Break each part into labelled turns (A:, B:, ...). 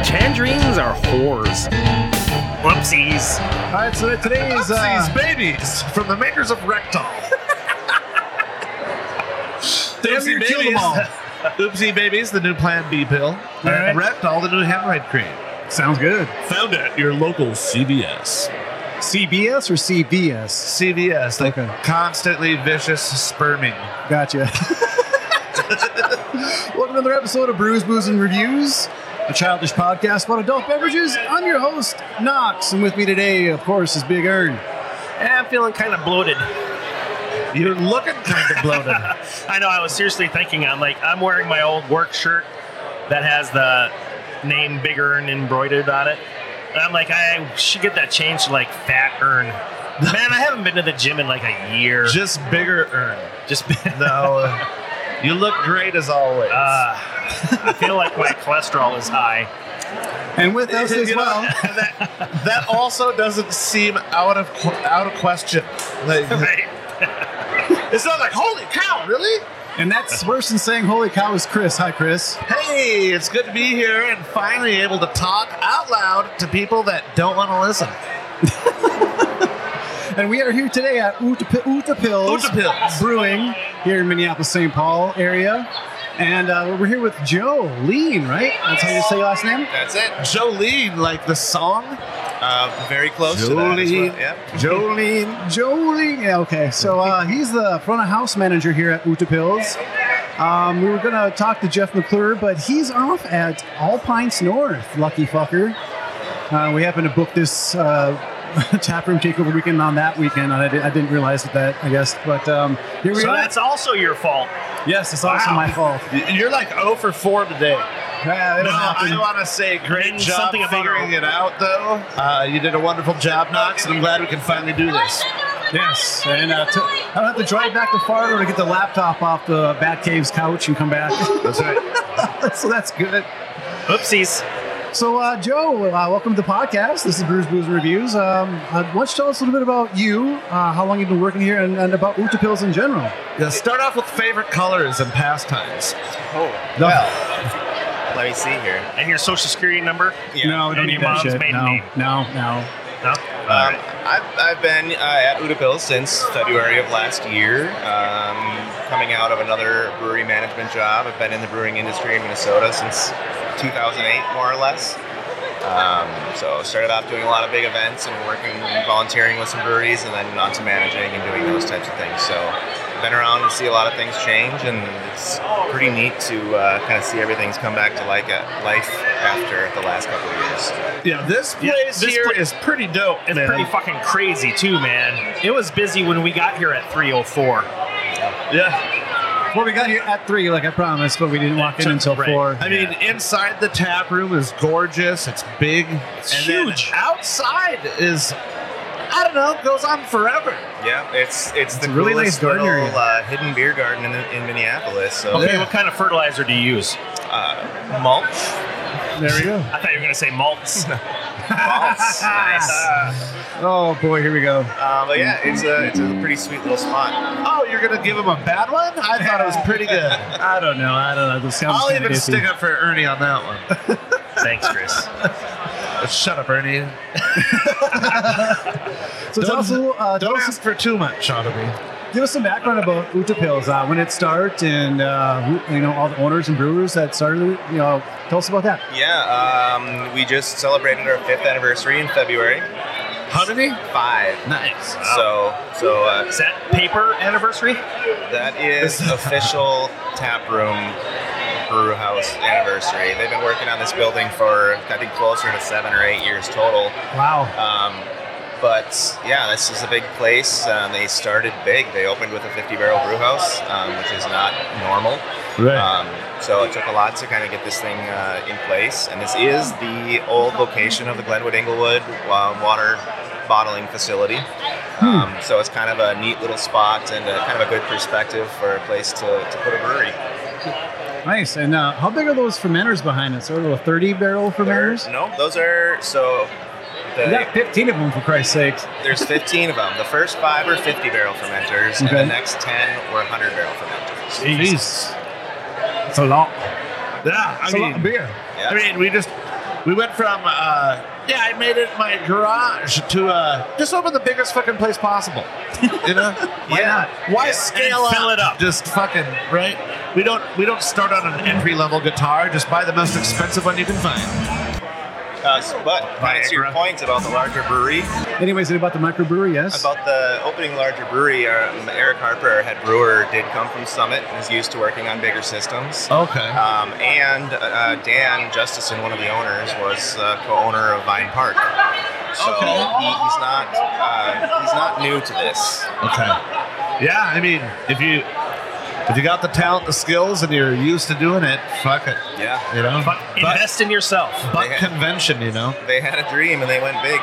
A: Tangerines are whores. Whoopsies.
B: All right, so today's uh, babies from the makers of Rectal. Damn near killed them all. Oopsie babies, the new Plan B pill. And Rectal, the new hemorrhoid cream.
C: Sounds good.
D: Found at your local CVS.
C: CBS or CVS?
B: CVS, the
C: Okay.
B: constantly vicious sperming.
C: Gotcha. Welcome to another episode of Brews, Booze, and Reviews, a childish podcast about adult beverages. I'm your host, Knox, and with me today, of course, is Big Earn.
D: Eh, I'm feeling kind of bloated.
B: You're looking kind of bloated.
D: I know. I was seriously thinking. I'm like, I'm wearing my old work shirt that has the name Big Earn embroidered on it, and I'm like, I should get that changed to like Fat Earn. Man, I haven't been to the gym in like a year.
B: Just bigger urn.
D: Just
B: No,
D: been.
B: uh, you look great as always.
D: Uh, I feel like my cholesterol is high.
C: And with us as
B: You know,
C: well,
B: that, that also doesn't seem out of out of question. Like,
D: Right?
B: It's not like holy cow, really?
C: and that's worse than saying "Holy cow!" is Chris. Hi, Chris.
B: Hey, it's good to be here and finally able to talk out loud to people that don't want to listen.
C: And we are here today at Uta, Uta Pills
B: Uta Pills.
C: Brewing here in Minneapolis, St. Paul area. And uh, we're here with Joe Lean, right? That's how you say your last name?
B: That's it. Jolene, like the song. Uh, very close
C: to that as well,
B: Yeah.
C: Jolene. Jolene. Yeah, okay. So uh, he's the front of house manager here at Uta Pills. Um, we were going to talk to Jeff McClure, but he's off at Alpines North, lucky fucker. Uh, we happened to book this uh, taproom takeover weekend on that weekend, and I, di- I didn't realize it that, I guess. But um, here we
D: So
C: are.
D: that's also your fault.
C: yes, it's also my fault.
B: You're like 0 for 4 today.
C: Yeah, it'll
B: No,
C: happen.
B: I want to say great
D: Means
B: job
D: something about
B: figuring
D: our-
B: it out, though. Uh, you did a wonderful job, Knox, and I'm glad we can finally do this.
C: Yes, and uh, t- I don't have to drive back to Fargo to get the laptop off the Batcave's couch and come back.
B: That's right.
C: so that's good.
D: Oopsies.
C: So, uh, Joe, uh, welcome to the podcast. This is Brews, Booze, and Reviews. Um, uh, why don't you tell us a little bit about you, uh, how long you've been working here, and, and about Uta Pills in general?
B: Yeah, start off with favorite colors and pastimes.
C: No,
E: Let me see here.
D: And your social security number?
C: no, don't
D: And your
C: need that
D: mom's
C: shit.
D: maiden
C: No,
D: name.
C: no, no.
D: No.
E: Um, I've, I've been uh, at Udapil since February of last year, um, coming out of another brewery management job. I've been in the brewing industry in Minnesota since 2008, more or less. Um, so started off doing a lot of big events and working, volunteering with some breweries, and then on to managing and doing those types of things. So been around to see a lot of things change, and it's pretty neat to uh, kind of see everything's come back to like a life after the last couple of years.
B: Yeah, this
D: Yeah,
B: place
D: this
B: here
D: pla-
B: is pretty dope.
D: It's
B: man.
D: pretty fucking crazy too, man. It was busy when we got here at 304.
B: yeah.
C: Well, we got here at three, like I promised, but we didn't walk in
D: took
C: until
D: a break.
C: four.
B: I mean, inside the tap room is gorgeous. It's big. It's
D: huge.
B: outside is, I don't know, goes on forever.
E: Yeah, it's it's the
C: a really
E: coolest
C: nice garden
E: little
C: area.
E: uh, hidden beer garden in, in Minneapolis. So
D: Okay, what kind of fertilizer do you use?
E: uh, mulch,
C: there we go.
D: I thought you were gonna say malts.
E: mulch, nice.
C: Oh, boy, here we go.
E: Uh, but yeah, it's a it's a pretty sweet little spot.
B: Oh, you're gonna give him a bad one? I thought it was pretty good.
C: I don't know. I don't know. This sounds
B: I'll
C: kinda
B: even
C: iffy.
B: stick up for Ernie on that one. Uh,
D: Thanks, Chris.
B: Shut up, Ernie.
C: So it's also, uh, tell
B: Don't
C: us-
B: ask for too much out of me.
C: Give us some background about Uta Pills, uh, when it started, and uh, who, you know all the owners and brewers that started. it. You know, tell us about that.
E: Yeah, um, we just celebrated our fifth anniversary in February.
B: How did he?
E: Five.
B: Nice.
E: So so uh,
D: Is that paper anniversary?
E: that is official tap room brew house anniversary. They've been working on this building for I think closer to seven or eight years total.
C: Wow.
E: Um, but yeah, this is a big Uh, place. Um, they started big. They opened with a 50 barrel brew house, um, which is not normal.
D: Right.
E: Um, so it took a lot to kind of get this thing uh, in place. And this is the old location of the Glenwood Inglewood uh, water bottling facility. Um, so it's kind of a neat little spot and a, kind of a good perspective for a place to, to put a brewery.
C: Nice. And uh, how big are those fermenters behind us? Are those 30 barrel fermenters?
E: No, those are so.
C: We
E: The,
C: got 15 of them, for Christ's sake.
E: there's 15 of them. The first five are 50 barrel fermenters, and
C: Okay.
E: the next 10 were 100 barrel fermenters.
F: Jeez.
C: It's a lot.
F: Yeah, I
C: It's a lot of
F: mean,
C: beer.
E: Yeah.
F: I mean, we just we went from uh, yeah, I made it in my garage to uh, just open the biggest fucking place possible. You know,
E: Yeah.
F: Why
E: Yeah.
F: scale
D: And
F: up?
D: fill it up.
F: Just fucking right. We don't we don't start on an entry level guitar. Just buy the most expensive one you can find.
E: Uh, s- but kind of to your
D: Viagra.
E: point about the larger brewery,
C: Anyways, about the microbrewery, yes?
E: about the opening larger brewery, um, Eric Harper, our head brewer, did come from Summit and is used to working on bigger systems.
C: Oh.
F: Okay.
E: Um, and uh, Dan Justison, one of the owners, was uh, co-owner of Vine Park. So
F: Okay.
E: he, he's not uh, he's not new to this.
F: Okay. Yeah, I mean, if you if you got the talent, the skills, and you're used to doing it, fuck it.
E: Yeah.
F: You know,
D: But invest in yourself.
F: Buck
E: Yeah.
F: convention, you know.
E: They had a dream and they went big.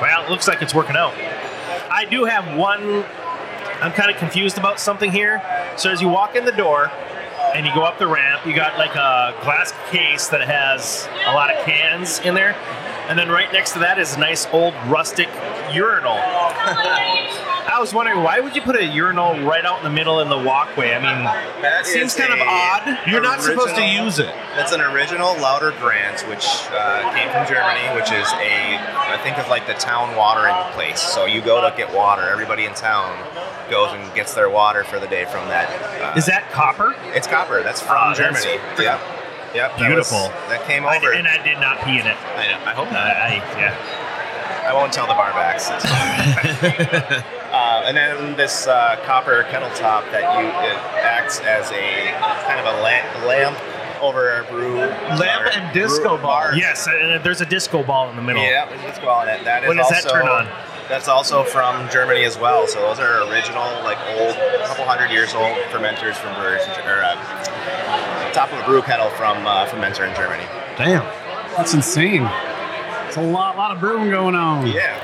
D: Well, it looks like it's working out. I do have one. I'm kind of confused about something here. So as you walk in the door and you go up the ramp, you got like a glass case that has a lot of cans in there, and then right next to that is a nice old rustic urinal. I was wondering why would you put a urinal right out in the middle in the walkway? I mean,
E: That
D: seems
E: is
D: kind of
E: a
D: odd.
F: You're not supposed to
E: original-
F: use it.
E: That's an original Lauder Grant, which uh, came from Germany, which is a, I think of like the town watering place. So you go to get water. Everybody in town goes and gets their water for the day from that. Uh,
D: is that copper?
E: It's copper. That's from
D: Ah, that's
E: Germany.
D: freaking
E: Yep. Yep. that was-
D: beautiful.
E: That, came
D: I,
E: over. I,
D: and I did not pee in it.
E: know. I hope
D: Uh,
E: not.
D: I, yeah.
E: I won't tell the bar backs. uh, and then this uh, copper kettle top that you it acts as a kind of a lamp, lamp over a brew
F: Lamp and disco bar.
D: Yes, and there's a disco ball in the middle.
E: Yeah, there's disco ball in it. That is
D: What does that
E: also,
D: turn on?
E: That's also from Germany as well. So those are original, like old, couple hundred years old fermenters from brewers in Ge- or uh, top of a brew kettle from uh, fermenter in Germany.
F: Damn.
C: That's insane. It's a lot, lot of brewing going on.
E: Yeah.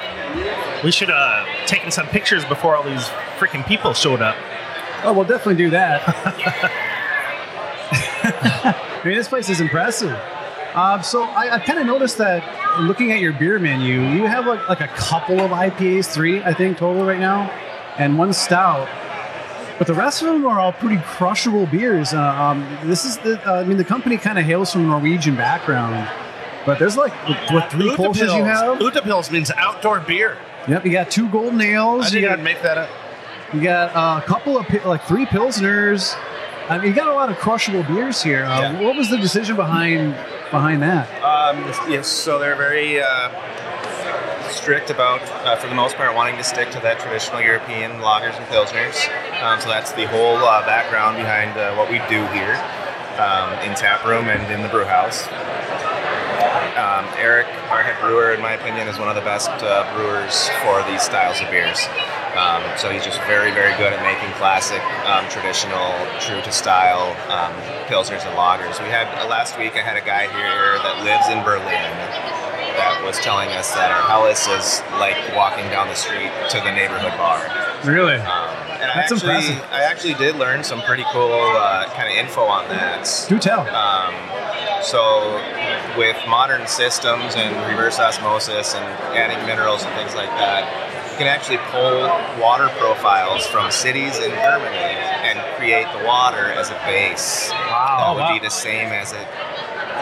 D: We should have uh, taken some pictures before all these freaking people showed up.
C: Oh, we'll definitely do that. I mean, this place is impressive. Uh, so I, I kind of noticed that looking at your beer menu, you have like, like a couple of IPAs, three I think total right now, and one stout. But the rest of them are all pretty crushable beers. Uh, um, this is the uh, I mean the company kind of hails from a Norwegian background, but there's like what three Kolsch's you have?
F: Utapils means outdoor beer.
C: Yep, you got two gold
F: I
C: nails.
F: didn't
C: you got
F: even make that up.
C: you got uh, a couple of pi- like three pilsners. I mean, you got a lot of crushable beers here. Uh,
E: Yeah.
C: What was the decision behind behind that?
E: Um, yes, so they're very uh, strict about, uh, for the most part, wanting to stick to that traditional European lagers and pilsners. Um, so that's the whole uh, background behind uh, what we do here um, in tap room and in the brew house. Um, Eric, our head brewer, in my opinion, is one of the best uh, brewers for these styles of beers. Um, so he's just very, very good at making classic, um, traditional, true to style um, pilsners and lagers. We had uh, last week. I had a guy here that lives in Berlin that was telling us that our Helles is like walking down the street to the neighborhood bar.
C: Really?
E: Um, and
C: That's
E: I actually,
C: impressive.
E: I actually did learn some pretty cool uh, kind of info on that.
C: Do tell.
E: Um, so, with modern systems and reverse osmosis and adding minerals and things like that, you can actually pull water profiles from cities in Germany and create the water as a base.
D: Oh, Wow.
F: Oh,
E: That would be the same as it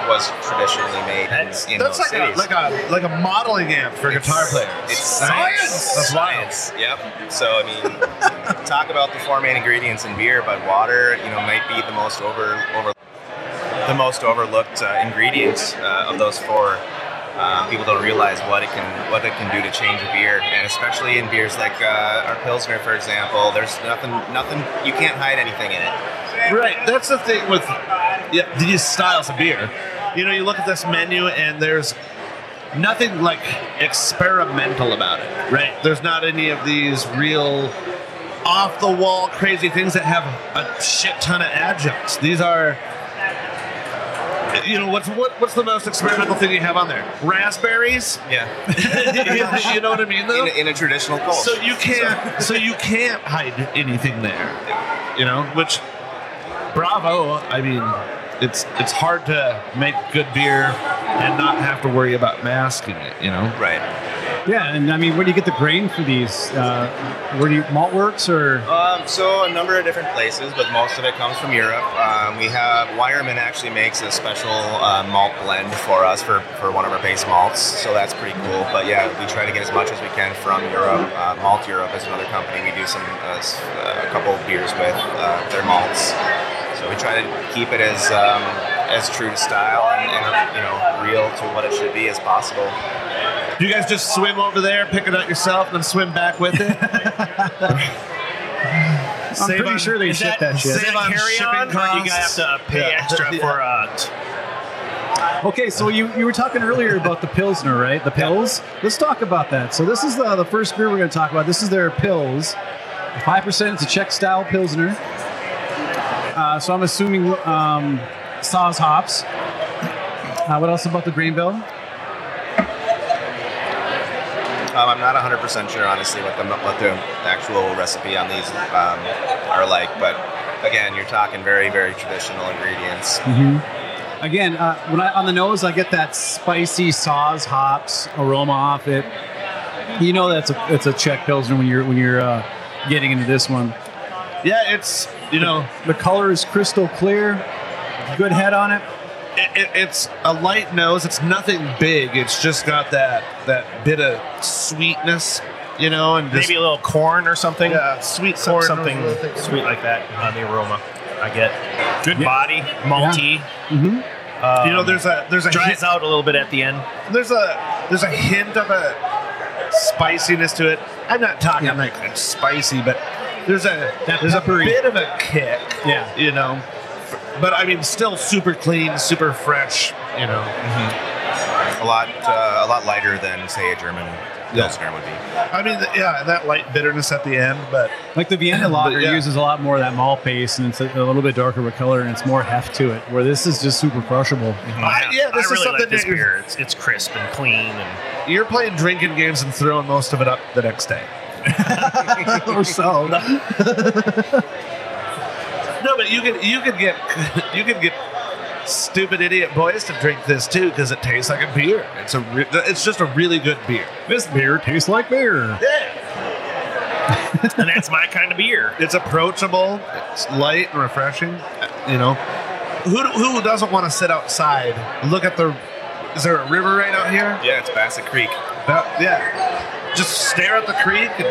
E: was traditionally made
D: That's-
E: in, in
F: That's
E: those
F: like a,
E: cities.
F: like a like a modeling amp for guitar players.
E: It's science.
F: That's wild.
E: Science. Yep. So I mean, talk about the four main ingredients in beer, but water, you know, might be the most over over the most overlooked uh, ingredient uh, of those four. Uh, people don't realize what it can what it can do to change a beer, and especially in beers like uh, our pilsner, for example. There's nothing nothing you can't hide anything in it.
F: Right. That's the thing with yeah, these styles of beer. You know, you look at this menu and there's nothing like experimental about it. Right. There's not any of these real off the wall crazy things that have a shit ton of adjuncts. These are you know what's what, what's the most experimental thing you have on there? Raspberries.
E: Yeah.
F: you, know what I mean, though.
E: In, in a traditional pulse.
F: so you can't. so you can't hide anything there. You know, which bravo. I mean, it's it's hard to make good beer and not have to worry about masking it. You know.
E: right.
C: Yeah, and I mean, where do you get the grain for these? Uh, where do you malt works or?
E: Um, so a number of different places, but most of it comes from Europe. Um, we have Wireman actually makes a special uh, malt blend for us for, for one of our base malts, so that's pretty cool. But yeah, we try to get as much as we can from Europe. Uh, malt Europe is another company we do some uh, s- uh, a couple of beers with uh, their malts. So we try to keep it as um, as true to style and, and you know real to what it should be as possible.
F: Do you guys just swim over there, pick it up yourself, and then swim back with it?
C: I'm
F: Save
C: pretty
F: on-
C: sure they
F: is
C: ship
F: that-
C: that shit.
F: Save on shipping
D: or you guys
F: costs.
D: have to pay
F: Yeah.
D: extra
F: Yeah.
D: for uh, t-
C: Okay, so you, you were talking earlier about the Pilsner, right? The pills. Let's talk about that. So this is the, the first beer we're going to talk about. This is their pills. Five percent. It's a Czech style Pilsner. Uh, so I'm assuming um, Saz hops. Uh, what else about the grain bill?
E: Um, I'm not 100% sure, honestly, what the, what the actual recipe on these um, are like, but again, you're talking very, very traditional ingredients.
C: Again, uh, when I on the nose, I get that spicy Saz hops aroma off it. You know that's a it's a Czech Pilsner when you're when you're uh, getting into this one.
F: yeah, it's you know,
C: The color is crystal clear. Good head on it.
F: it, it, it's a light nose. It's nothing big. It's just got that that bit of sweetness, you know, and just
D: maybe a little corn or something.
F: Yeah, sweet
D: Some-
F: corn,
D: something
F: those little things.
D: sweet like that on the aroma. I get good body, malty. Um,
F: Mm-hmm. you know, there's a there's a
D: dries
F: hint,
D: out a little bit at the end.
F: there's a there's a hint of a spiciness to it. I'm not talking
C: Yeah.
F: like it's spicy, but there's a
C: That
F: there's
C: peppery-
F: a bit of a kick,
C: Yeah.
F: you know. But I mean, still super clean, super fresh, you know.
E: A lot, uh, a lot lighter than, say, a German Pilsner would be.
F: I mean, th- yeah, that light bitterness at the end, but
C: Like the Vienna lager
F: yeah.
C: uses a lot more of that malt base, and it's a, a little bit darker with color, and it's more heft to it. Where this is just super crushable.
F: I- yeah, this
D: I
F: is
D: really
F: something
D: like this
F: that you-
D: beer. It's, it's crisp and clean, and
F: you're playing drinking games and throwing most of it up the next day. Oh,
C: or so.
F: No, but you could you could get you could get stupid idiot boys to drink this too because it tastes like a beer. It's a re- it's just a really good beer.
C: This beer tastes like beer.
F: Yeah,
D: and that's my kind of beer.
F: it's approachable, it's light and refreshing. You know, who who doesn't want to sit outside, look at the is there a river right out here?
E: Yeah, it's Bassett Creek.
F: That- yeah, just stare at the creek and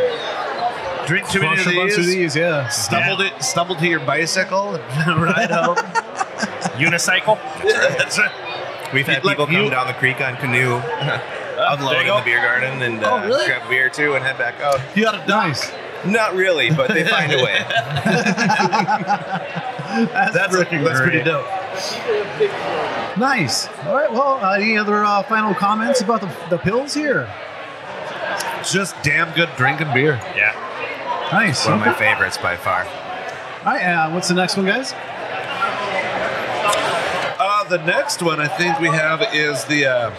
F: drink too many
C: Crush
F: of
C: a bunch of
F: these.
C: these, yeah.
F: Stumble to stumble to your bicycle and ride home.
D: Unicycle.
F: That's right.
E: We've had
F: Like
E: people come
F: you-
E: down the creek on canoe,
F: Uh,
E: unload in the beer garden, and
F: Oh,
E: uh, grab beer too, and head back out.
F: You got a
C: Nice.
E: Not really, but they find a way.
F: That's,
C: freaking
F: that's pretty
C: great.
F: dope.
C: Nice. All right. Well, uh, any other uh, final comments about the, the pills here?
F: just damn good drinking beer.
D: Yeah.
C: Nice.
E: One of my
C: Okay.
E: favorites by far.
C: All right. Uh, what's the next one, guys?
F: Uh, the next one I think we have is the uh,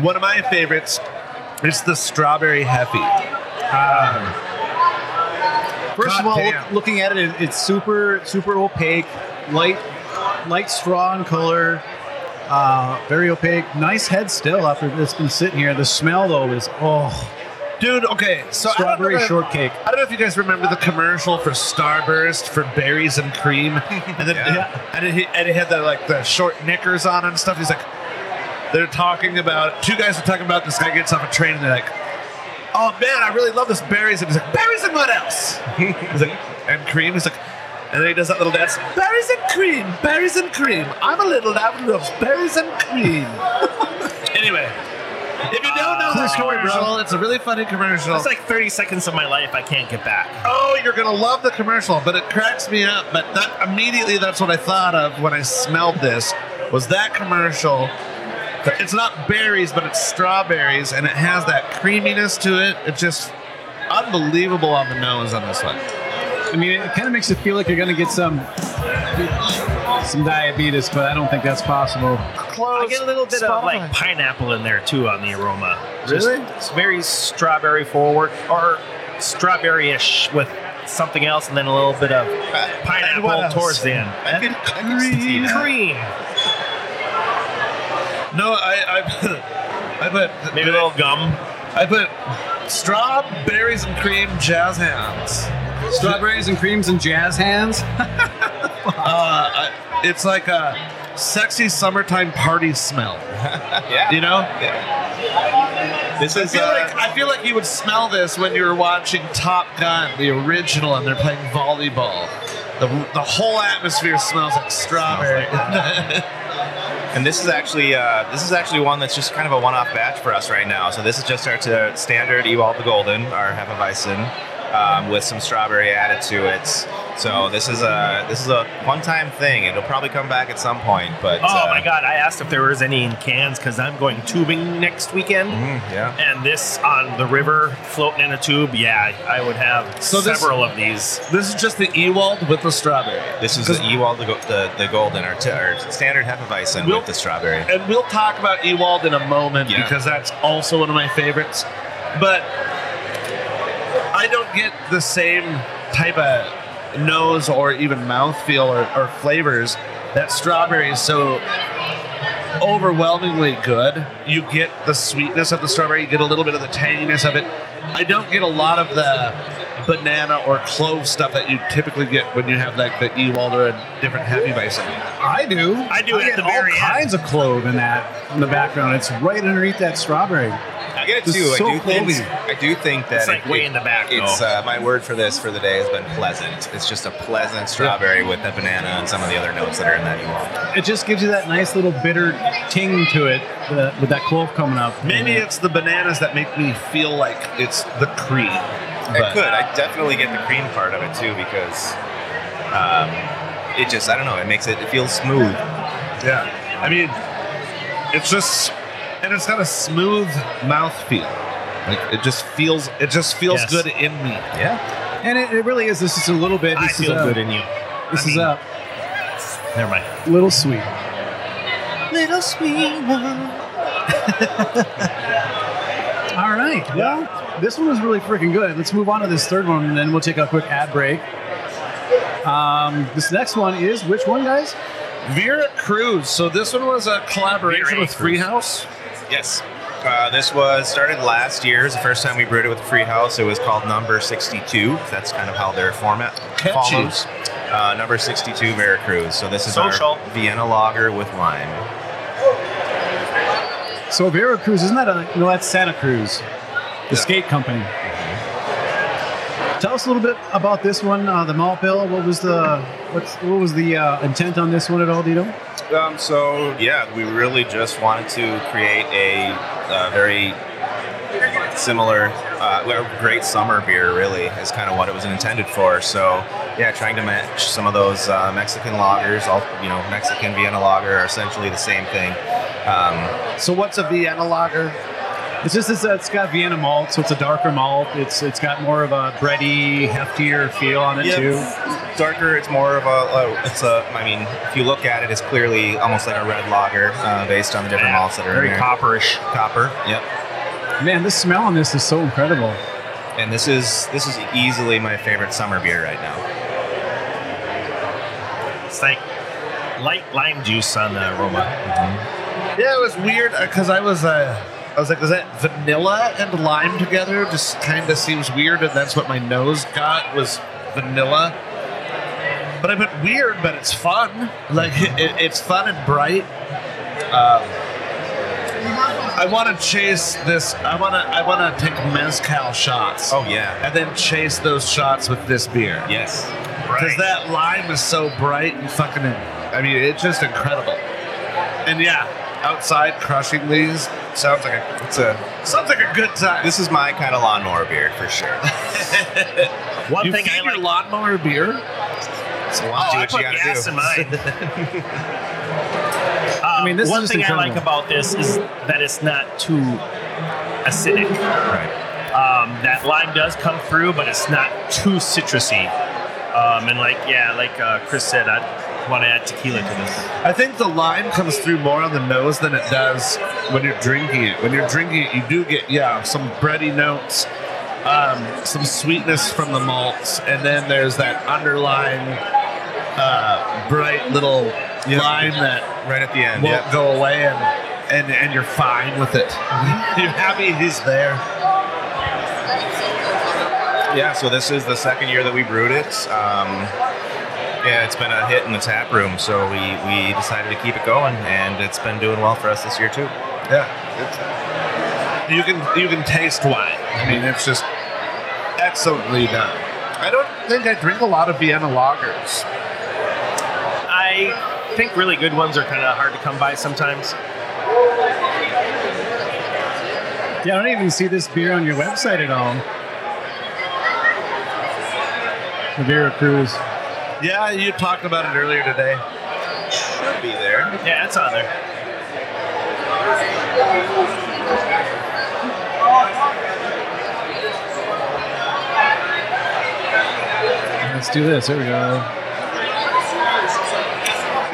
F: one of my favorites. It's the strawberry heffy.
C: First of all,
F: Goddamn.
C: look, looking at it, it, it's super super opaque, light light straw in color, uh, very opaque. Nice head still after it's been sitting here. The smell though is oh
F: Dude, okay, so
C: strawberry
F: I don't know if-
C: shortcake.
F: I don't know if you guys remember the commercial for Starburst for berries and cream, and then
E: Yeah.
F: and, it, and it had the like the short knickers on and stuff. He's like, they're talking about two guys are talking about this guy gets off a train and they're like, oh man, I really love this berries, and he's like, berries and what else? he's like, and cream. He's like, and then he does that little dance, berries and cream, berries and cream. I'm a little lad who loves berries and cream. anyway. If you don't know this
D: Cool story, bro.
F: commercial, it's a really funny commercial.
D: That's like 30 seconds of my life I can't get back.
F: Oh, you're gonna love the commercial, but it cracks me up. But that immediately, that's what I thought of when I smelled this. Was that commercial? It's not berries, but it's strawberries, and it has that creaminess to it. It's just unbelievable on the nose on this one.
C: I mean, it kind of makes it feel like you're going to get some some diabetes, but I don't think that's possible.
D: I get a little bit of like pineapple in there too on the aroma.
C: Really?
D: It's very strawberry forward or strawberry-ish with something else, and then a little bit of
F: what
D: pineapple
F: else?
D: towards the end.
F: I could, I could see that.
D: Cream.
F: No, I, I, I put
D: Maybe a little gum.
F: I put strawberries and cream jazz hands.
C: Strawberries and creams and jazz hands.
F: Uh, I, it's like a sexy summertime party smell.
E: Yeah.
F: You know,
E: this
F: I
E: is
F: feel
E: uh,
F: like I feel like you would smell this when you were watching Top Gun, the original, and they're playing volleyball. The, the whole atmosphere smells like strawberry.
E: And this is actually uh, this is actually one that's just kind of a one-off batch for us right now. So this is just our to standard Ewald the Golden, our Hefeweizen, um, with some strawberry added to it. So this is a this is a one-time thing. It'll probably come back at some point, but
D: Oh
E: uh,
D: my god! I asked if there was any in cans because I'm going tubing next weekend,
F: Mm-hmm.
E: mm, yeah.
D: and this on the river floating in a tube. Yeah, I would have
F: So this-
D: several of these.
F: this is just the Ewald with the strawberry.
E: This is the Ewald the, Go- the, the Golden, our, t- our standard Hefeweizen
F: We'll-
E: with the strawberry.
F: and we'll talk about Ewald in a moment
E: Yeah.
F: because that's also one of my favorites. But I don't get the same type of nose or even mouthfeel or, or flavors that strawberry is so overwhelmingly good. You get the sweetness of the strawberry, you get a little bit of the tanginess of it. I don't get a lot of the banana or clove stuff that you typically get when you have like the Ewald or a different heavy bison.
C: I do.
D: I do at
C: get
D: the very
C: all
D: end.
C: kinds of clove in that in the background. It's right underneath that strawberry.
E: I get it
C: This
E: too.
C: is
E: I
C: so Oh.
E: do think
C: close.
E: I do think that
D: It's like
E: it-
D: way
E: it-
D: in the back,
E: It's
D: though.
E: uh, my word for this for the day has been pleasant. It's just a pleasant strawberry with the banana and some of the other notes that are in that Ewald.
C: It just gives you that nice little bitter ting to it the, with that clove coming up.
F: Maybe it's the bananas that make me feel like it's the cream.
E: I could. I definitely get the cream part of it too because um, it just I don't know. It makes it it feels smooth.
F: Yeah. I mean, it's just, and it's got a smooth mouthfeel. Like it just feels, it just feels
D: Yes.
F: good in me.
E: Yeah.
C: and it, it really is. This is a little bit.
D: I
C: This is
D: feel
C: a,
D: good in you.
C: This
D: I mean-
C: is a
D: Never mind.
C: little sweet.
D: Little sweet one.
C: All right. Well, this one was really freaking good. Let's move on to this third one, and then we'll take a quick ad break. Um, this next one is which one, guys?
F: Vera Cruz. So this one was a collaboration
D: Vera
F: with Freehouse.
E: Yes. Uh, this was started last year. It was the first time we brewed it with Free House. It was called Number 62. That's kind of how their format
F: Catchy.
E: follows. Uh, number 62 Veracruz. So this is
D: Social.
E: our Vienna lager with lime.
C: So Vera Cruz, isn't that a no? That's Santa Cruz, the skate company.
F: Mm-hmm.
C: Tell us a little bit about this one, uh, the malt bill. What was the what's, what was the uh, intent on this one at all, Dito?
E: Um, so yeah, we really just wanted to create a uh, very similar, uh, well, great summer beer. Really, is kind of what it was intended for. So yeah, trying to match some of those uh, Mexican lagers. All you know, Mexican Vienna lager are essentially the same thing. Um,
F: So what's a Vienna lager?
C: It's just it's, it's got Vienna malt, so it's a darker malt. It's it's got more of a bready, heftier feel on it too.
E: it's darker. It's more of a. Uh, it's a. I mean, if you look at it, it's clearly almost like a red lager uh, based on the different malts that are
D: Very
E: in there.
D: copperish.
E: copper. Yep.
C: Man, this smell on this is so incredible.
E: And this is this is easily my favorite summer beer right now.
D: It's like light lime juice on the aroma.
F: Mm-hmm. Yeah, it was weird because I was, uh, I was like, is that vanilla and lime together? Just kind of seems weird, and that's what my nose got was vanilla. But I put weird, but it's fun. Like it, it- it's fun and bright. Um, I want to chase this. I want to. I want to take mezcal shots.
E: Oh yeah.
F: and then chase those shots with this beer.
E: Yes.
F: Because that lime is so bright and fucking. I mean, it's just incredible. And yeah, outside crushing these sounds like a
E: It's a.
F: sounds like a good time.
E: This is my kind of lawnmower beer for sure.
D: One
F: you
D: thing
F: feed
D: I
F: your
D: like.
F: lawnmower beer.
E: So
D: Oh,
E: I'll do
D: I
E: what you
D: put
E: gotta
D: gas
E: do.
D: in mine. I
C: mean, this is
D: one
C: just
D: thing I like
C: incredible.
D: about this is that it's not too acidic.
E: Right.
D: Um, that lime does come through, but it's not too citrusy. Um, and like yeah, like uh, Chris said, I want to add tequila to this.
F: I think the lime comes through more on the nose than it does when you're drinking it. When you're drinking it, you do get yeah some bready notes, um, some sweetness from the malts, and then there's that underlying uh, bright little lime that
E: Right at the end.
F: won't
E: Yeah.
F: go away, and, and and you're fine with it. You're happy he's there.
E: Yeah, so this is the second year that we brewed it. Um, yeah, it's been a hit in the tap room, so we, we decided to keep it going, and it's been doing well for us this year too.
F: Yeah, it's, you can you can taste wine. I mean, it's just excellently done. I don't think I drink a lot of Vienna lagers.
D: I think really good ones are kind of hard to come by sometimes.
C: Yeah, I don't even see this beer on your website at all. Madeira Cruz.
F: Yeah, you talked about it earlier today.
E: Should be there.
D: Yeah, it's on there.
C: Let's do this. Here we go.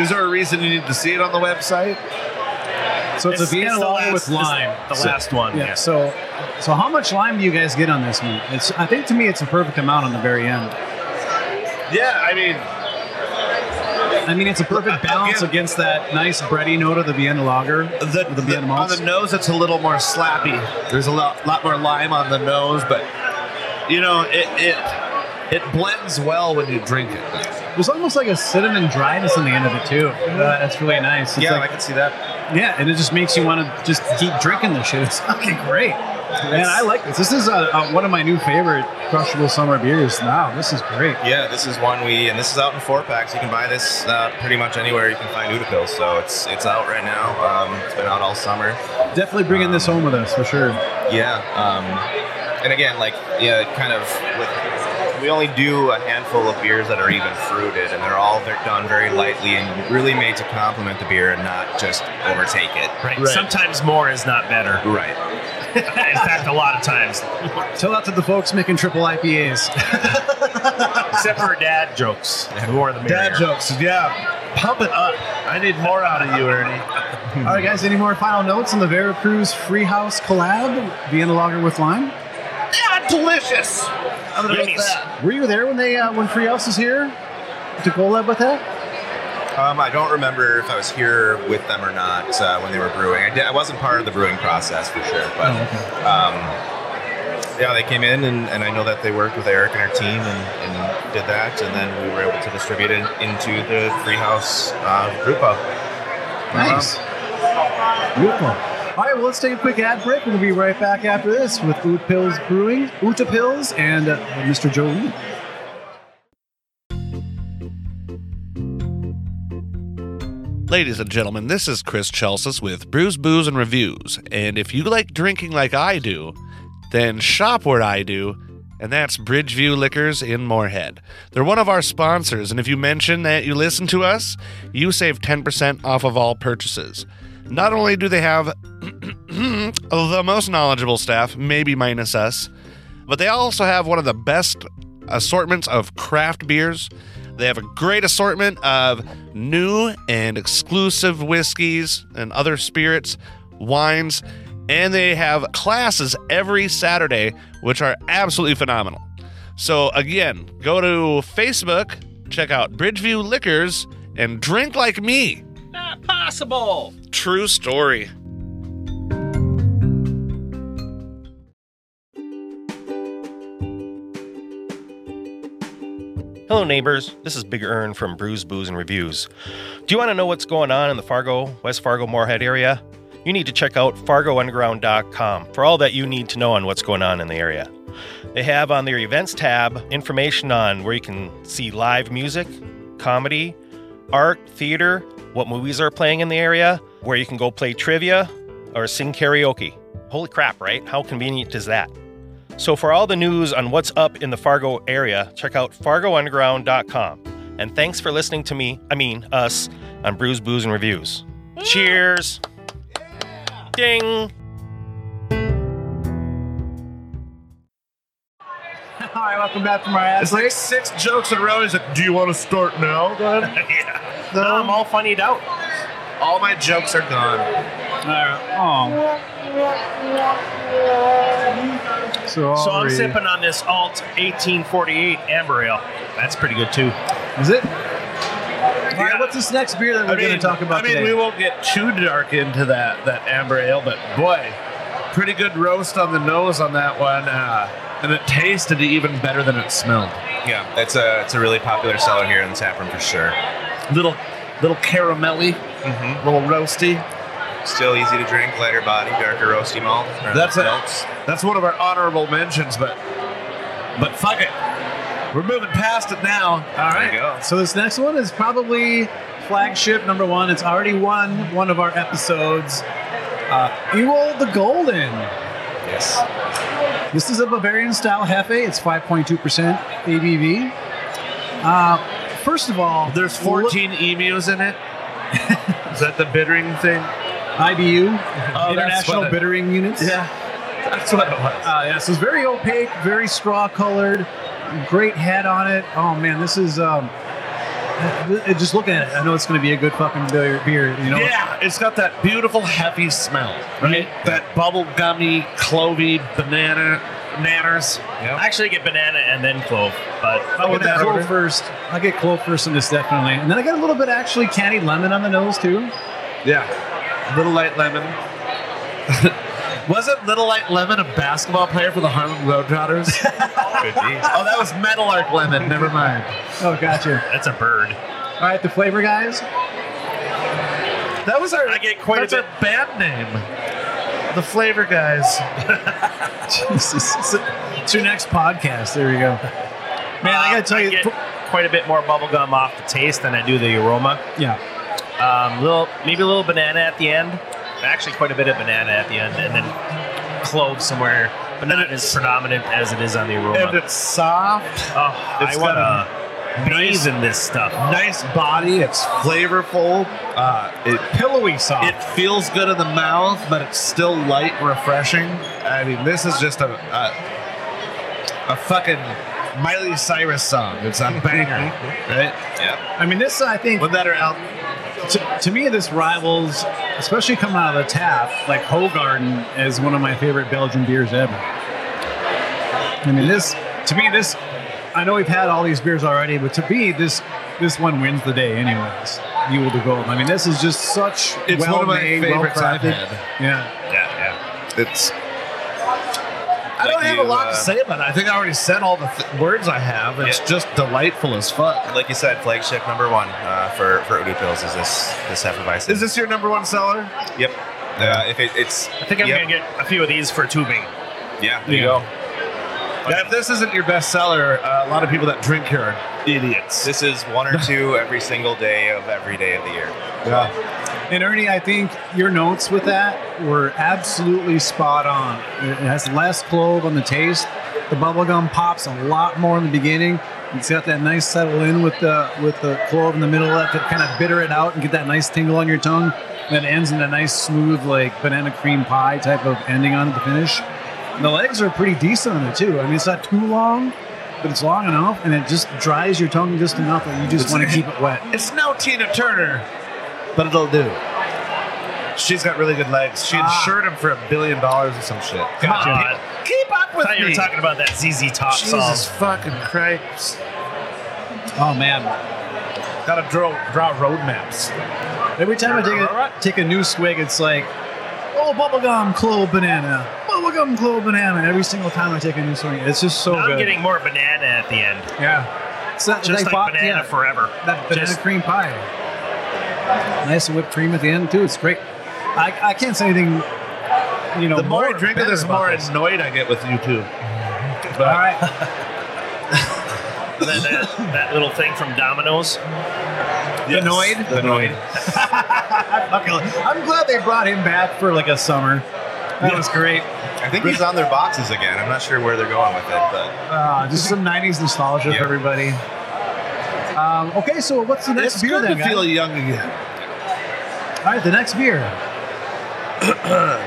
F: Is there a reason you need to see it on the website?
C: So it's, a Vienna
D: the
C: lager
D: last-
C: with lime.
D: it's The
C: So-
D: last one.
C: Yeah. So, so how much lime do you guys get on this one? It's, I think to me, it's a perfect amount on the very end.
F: Yeah, I mean,
C: I mean, it's a perfect balance
F: Again-
C: against that nice bready note of the Vienna lager.
F: the,
C: with the
F: the-
C: Vienna
F: on
C: malts.
F: the nose, it's a little more slappy. There's a lot, lot more lime on the nose, but you know, it it it blends well when you drink it.
C: There's almost like a cinnamon dryness on the end of it too. Uh, that's really nice. It's
E: Yeah, I
C: like-
E: can see that.
C: yeah, and it just makes you want to just keep drinking this shit. It's fucking great. Man, I like this. This is uh uh one of my new favorite crushable summer beers. Wow, this is great.
E: Yeah, this is one we, and this is out in four packs. You can buy this uh, pretty much anywhere you can find Utapils, so it's it's out right now. Um, it's been out all summer.
C: Definitely bringing this home with us for sure.
E: Yeah. Um, and again, like, yeah, kind of with, we only do a handful of beers that are even fruited, and they're all they're done very lightly and really made to complement the beer and not just overtake it.
D: Right. Sometimes more is not better.
E: Right.
D: In fact, a lot of times,
C: Tell that to the folks making triple IPAs.
D: except for dad jokes. The more the merrier.
F: Dad jokes, yeah. Pump it up. I need more out of you, Ernie.
C: All right, guys, any more final notes on the Veracruz Freehouse collab, Vienna Lager with Lime?
F: Yeah, delicious.
D: Yummies.
C: Were you there when they uh, when Freehouse was here to collab with that?
E: Um, I don't remember if I was here with them or not uh, when they were brewing. I, did, I wasn't part of the brewing process for sure, but
F: Oh,
E: um, yeah, they came in and, and I know that they worked with Eric and our team and, and did that, and then we were able to distribute it into the Freehouse uh, brew pub.
C: Nice. Beautiful. All right, well, let's take a quick ad break. We'll be right back after this with Oot Pills Brewing, Uta Pills, and uh, Mr. Joe Lee.
G: Ladies and gentlemen, this is Chris Chelsis with Brews, Booze, and Reviews. And if you like drinking like I do, then shop where I do, and that's Bridgeview Liquors in Moorhead. They're one of our sponsors, and if you mention that you listen to us, you save 10% off of all purchases. Not only do they have the most knowledgeable staff, maybe minus us, but they also have one of the best assortments of craft beers. They have a great assortment of new and exclusive whiskeys and other spirits, wines, and they have classes every Saturday, which are absolutely phenomenal. So, again, go to Facebook, check out Bridgeview Liquors, and drink like me. Not possible. True story.
H: Hello, neighbors. This is Big Earn from Brews, Booze, and Reviews. Do you want to know what's going on in the Fargo, West Fargo, Moorhead area? You need to check out fargounderground.com for all that you need to know on what's going on in the area. They have on their events tab information on where you can see live music, comedy, art, theater, what movies are playing in the area, where you can go play trivia or sing karaoke. Holy crap, right? How convenient is that? So, for all the news on what's up in the Fargo area, check out fargounderground.com. And thanks for listening to me, I mean, us, on Brews, Booze, and Reviews. Cheers! Ding!
C: All right, welcome back from our ad
F: It's like six jokes in a row. He's like, "Do you want to start now?" Go ahead.
D: yeah. No, I'm all funnied out.
E: All my jokes are gone.
C: Oh. So,
D: So I'm
C: I'll read.
D: sipping on this Alt 1848 Amber Ale. That's pretty good too.
C: Is it? All right, what's this next beer that we're
F: I mean,
C: going to talk about
F: I mean,
C: today?
F: we won't get too dark into that that amber ale, but boy, pretty good roast on the nose on that one, uh, and it tasted even better than it smelled.
E: Yeah, it's a it's a really popular seller here in the taproom for sure.
F: Little little caramelly, little roasty.
E: Still easy to drink, lighter body, darker roasty malt. uh, Or
F: That's it.
E: malts.
F: That's one of our honorable mentions, but but fuck it, we're moving past it now. All
E: There
F: right.
E: you go.
C: so this next one is probably flagship number one. It's already won one of our episodes. Uh, Ewald the Golden.
E: Yes.
C: This is a Bavarian style hefe. It's 5.2% ABV. Uh, first of all,
F: There's
C: look-
F: 14 emus in it. Is that the bittering thing?
C: IBU,
F: Oh, what
C: International
F: it-
C: Bittering Units.
F: that's what it was.
C: Uh, yeah, so it's very opaque, very straw colored, great head on it. Oh man, this is. Um, th- th- just looking at it, I know it's going to be a good fucking beer. beer you know,
F: yeah, it's got that beautiful heavy smell, right? That bubble gummy, clovey, banana, nanners.
D: I actually get banana and then clove, but
C: I
F: Look
C: get
F: at that
C: clove
F: order.
C: first. I get clove first in this definitely, and then I got a little bit actually candy lemon on the nose too.
F: Yeah, little light lemon. Wasn't Little Light Lemon a basketball player for the Harlem Globetrotters? oh, that was Metal Arc Lemon. Never mind.
C: Oh, gotcha.
D: that's a bird.
C: All right, the flavor guys.
F: That was our.
D: I get quite a
F: that's
D: bit-
F: our band name. The Flavor Guys.
C: Jesus. It's it's your next podcast. There you go. Man, I gotta
D: Uh,
C: tell you,
D: get quite a bit more bubblegum off the taste than I do the aroma.
C: yeah.
D: Um, little, maybe a little banana at the end. Actually, quite a bit of banana at the end, and then clove somewhere, but not as predominant as it is on the
F: And
D: aroma.
F: it's soft,
D: oh,
F: it's
D: I want
F: got
D: to bathe in this stuff.
F: nice body. It's flavorful. Uh, it
C: Pillowy soft.
F: It feels good in the mouth, but it's still light, and refreshing. I mean, this is just a a, a fucking Miley Cyrus song. It's a banger, right?
E: Yeah.
C: I mean, this, I think,
F: With that or out,
C: to, to me, this rivals, especially coming out of the tap, like Hogarden is one of my favorite Belgian beers ever. I mean, this, to me, this, I know we've had all these beers already, but to me, this this one wins the day, anyways. You will the gold. I mean, this is just such
F: It's
C: well
F: one of my
C: made,
F: favorites
C: well
F: I've
C: crafted.
F: had.
C: Yeah.
E: It's. uh,
F: I don't have a lot to say about it. I think I already said all the th- words I have. It's
E: Yeah.
F: just delightful as fuck.
E: Like you said, flagship number one uh, for for Udu Pills is this this Hefeweizen.
F: Is this your number one seller?
E: Yep. Uh, if it, it's.
D: I think I'm
E: yep.
D: gonna get a few of these for tubing.
E: Yeah. There you
C: Yeah.
E: go.
F: If this isn't your best seller, uh, a lot of people that drink here are idiots.
E: This is one or two every single day of every day of the year.
F: Yeah.
C: And Ernie, I think your notes with that were absolutely spot on. It has less clove on the taste. The bubblegum pops a lot more in the beginning. It's got that nice settle in with the with the clove in the middle that could kind of bitter it out and get that nice tingle on your tongue. And then it ends in a nice smooth like banana cream pie type of ending on it, the finish. And the legs are pretty decent on it too. I mean, it's not too long, but it's long enough, and it just dries your tongue just enough that you just want to keep it wet.
F: It's no Tina Turner, but it'll do. She's got really good legs. She
C: Ah.
F: insured him for a billion dollars or some shit.
D: Gotcha.
F: God, keep keep up
D: I
F: with
D: thought you
F: me.
D: were talking about that ZZ Top song.
F: Jesus fucking Christ!
C: Oh man,
F: Gotta draw draw roadmaps.
C: Every time I take a, take a new swig, it's like, oh, bubblegum, clove, banana. Bubblegum, clove, banana. Every single time I take a new swig, it's just so
D: I'm
C: good.
D: getting more banana at the end,
C: yeah. It's that,
D: just
C: they
D: like
C: bought-
D: banana
C: yeah,
D: forever.
C: That banana
D: Just-
C: cream pie. Nice whipped cream at the end, too. It's great. I, I can't say anything, you know,
F: The more I drink of
C: better
F: this, the
C: about
F: more annoyed I get with you two.
C: All right.
D: that, that, that little thing from Domino's.
C: Annoyed?
E: Annoyed.
C: I fucking- I'm glad they brought him back for like a summer. That was great.
E: I think he's on their boxes again. I'm not sure where they're going with it, but
C: Uh, just some 90s nostalgia
E: Yeah.
C: for everybody. Um, okay, so what's the next
F: It's
C: beer
F: good
C: then,
F: to
C: guys?
F: feel young again.
C: All right, the next beer.
F: Uh,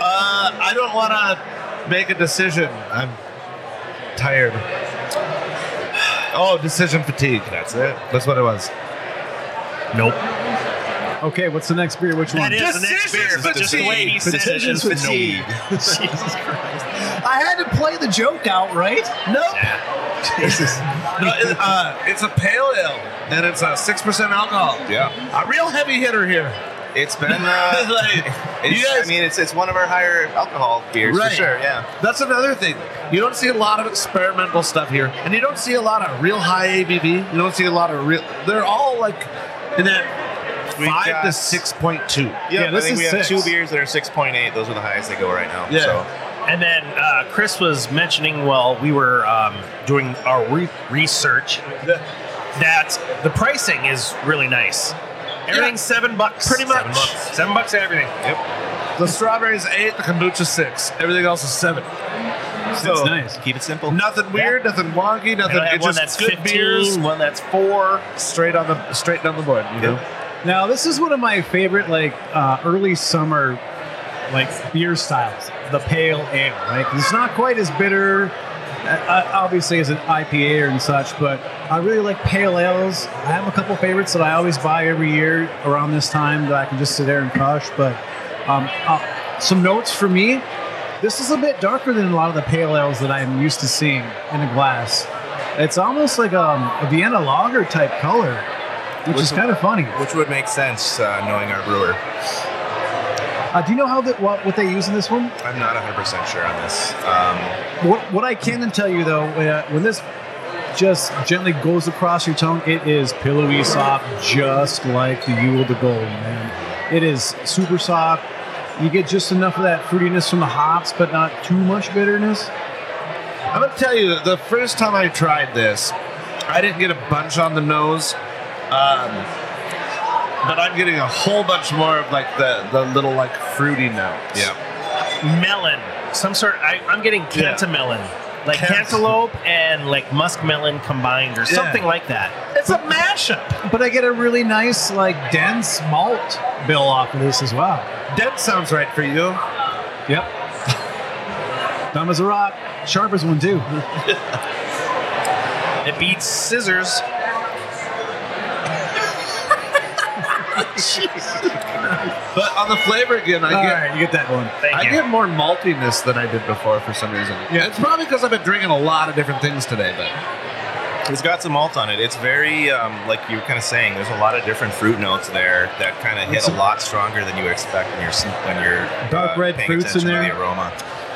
F: I don't want to make a decision. I'm tired. Oh, decision fatigue. That's it. That's what it was.
D: Nope.
C: Okay, what's the next beer? Which one?
D: That is the next beer.
F: Decisions
D: but Just the way he said it
C: Decisions
D: is the
C: fatigue.
D: nope.
C: Jesus Christ. I had to play the joke out, right? Nope. Jesus.
F: No, it, uh, it's a pale ale, and it's a six percent alcohol.
E: Yeah,
F: A real heavy hitter here.
E: it's been. Uh,
F: Like,
E: it's,
F: you
E: I
F: guys,
E: mean, it's it's one of our higher alcohol beers
F: Right.
E: for sure. Yeah,
F: that's another thing. You don't see a lot of experimental stuff here, and you don't see a lot of real high ABV. You don't see a lot of real. They're all like in that
E: We've
F: five to
E: got-
F: six point two.
E: yeah.
C: this
E: I think
C: is
E: we have
C: six.
E: two beers that are six point eight. Those are the highest they go right now.
F: Yeah.
E: So.
D: And then uh, Chris was mentioning while we were um, doing our re- research that the pricing is really nice. Everything's seven bucks.
F: Pretty
D: Seven
F: much.
D: bucks. Seven bucks and everything.
F: The strawberry's eight, the kombucha's six. Everything else is seven.
C: That's
F: So
C: nice.
E: Keep it simple.
F: nothing weird, nothing wonky,
D: And
F: nothing.
D: I have
F: It's
D: one
F: just
D: that's
F: good
D: 15,
F: beers
D: one that's four.
F: straight on the straight down the board. You know.
C: Now, this is one of my favorite, like, uh, early summer, like, beer styles. The pale ale, right? 'Cause it's not quite as bitter, uh, obviously, as an IPA or and such, but I really like pale ales. I have a couple favorites that I always buy every year around this time that I can just sit there and crush. But um, uh, some notes for me. This is a bit darker than a lot of the pale ales that I'm used to seeing in a glass. It's almost like um, a Vienna lager type color, which
E: With
C: is
E: some-
C: kind of funny.
E: Which would make sense uh, knowing our brewer.
C: Uh, do you know how that what, what they use in this one?
E: I'm not 100% sure on this. Um,
C: What what I can tell you though, uh, when this just gently goes across your tongue, it is pillowy soft, just like the Yule de Gold, man. It is super soft. You get just enough of that fruitiness from the hops, but not too much bitterness.
F: I'm gonna tell you, the first time I tried this, I didn't get a bunch on the nose, um, but I'm getting a whole bunch more of like the the little like fruity notes.
E: yeah.
D: Melon. Some sort. I, I'm getting cantamelon. Like
F: Cant-
D: cantaloupe and like muskmelon combined or something like that.
F: it's a mashup.
C: But I get a really nice, like dense malt bill off of this as well.
F: Dead sounds right for you.
C: Yep. Dumb as a rock, sharp as one too.
D: It beats scissors.
F: But on the flavor again, I
C: All
F: get
C: right, you get that one.
D: Thank
F: I
D: you.
F: get more maltiness than I did before for some reason. Yeah, it's probably because I've been drinking a lot of different things today. But
E: It's got some malt on it. It's very, um, like you were kind of saying, there's a lot of different fruit notes there that kind of hit a lot stronger than you would expect when you're s- when you're uh,
C: Dark red
E: paying
C: fruits in
E: attention to
C: there.
E: The aroma.